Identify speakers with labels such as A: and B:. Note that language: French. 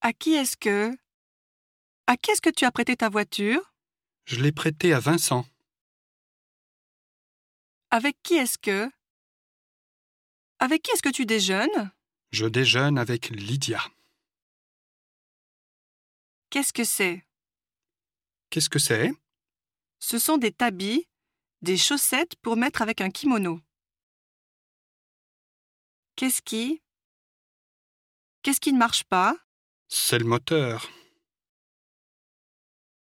A: À qui est-ce que. À qui est-ce que tu as prêté ta voiture
B: Je l'ai prêté à Vincent.
A: Avec qui est-ce que. Avec qui est-ce que tu déjeunes
B: Je déjeune avec Lydia.
A: Qu'est-ce que c'est
B: Qu'est-ce que c'est
A: Ce sont des tabis, des chaussettes pour mettre avec un kimono. Qu'est-ce qui Qu'est-ce qui ne marche pas
B: C'est le moteur.